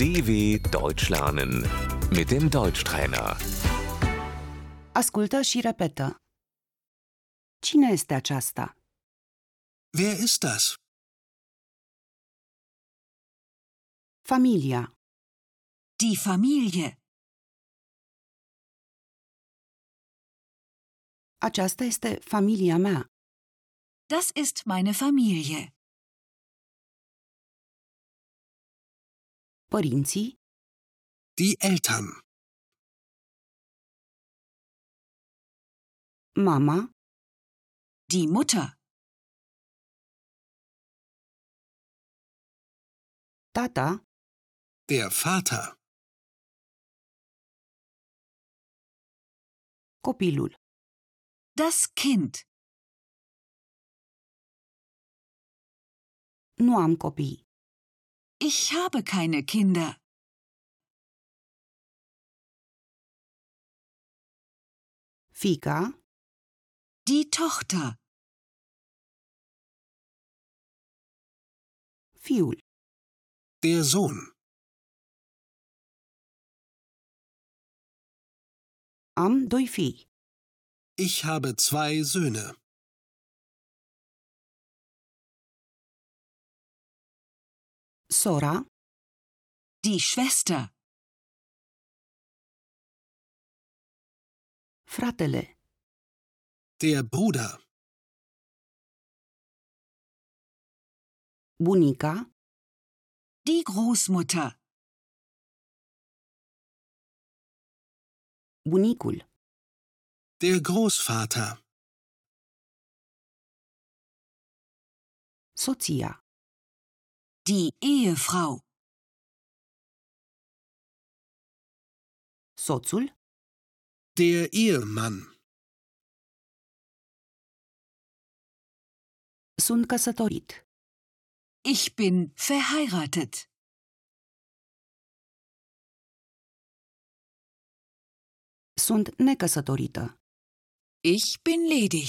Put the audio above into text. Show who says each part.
Speaker 1: DW Deutsch lernen mit dem Deutschtrainer.
Speaker 2: Ascultă și repetă. Cine este aceasta?
Speaker 3: Wer ist das?
Speaker 2: Familia.
Speaker 4: Die Familie.
Speaker 2: Aceasta este familia mea.
Speaker 4: Das ist meine Familie.
Speaker 2: Părinții,
Speaker 3: Die Eltern.
Speaker 2: mama,
Speaker 4: Die Mutter.
Speaker 2: tata,
Speaker 3: Der Vater.
Speaker 2: copilul.
Speaker 4: Das Kind.
Speaker 2: Nu am copii.
Speaker 4: Ich habe keine Kinder.
Speaker 2: Fica,
Speaker 4: Die Tochter.
Speaker 2: fiul.
Speaker 3: Der Sohn.
Speaker 2: Am doi fii.
Speaker 3: Ich habe zwei Söhne.
Speaker 2: Sora,
Speaker 4: Die Schwester.
Speaker 2: fratele,
Speaker 3: Der Bruder.
Speaker 2: bunica,
Speaker 4: Die Großmutter.
Speaker 2: bunicul,
Speaker 3: Der Großvater.
Speaker 2: soția,
Speaker 4: Die Ehefrau.
Speaker 2: soțul,
Speaker 3: Der Ehemann.
Speaker 2: sunt căsătorit.
Speaker 4: Ich bin verheiratet.
Speaker 2: Sunt necăsătorită.
Speaker 4: Ich bin ledig.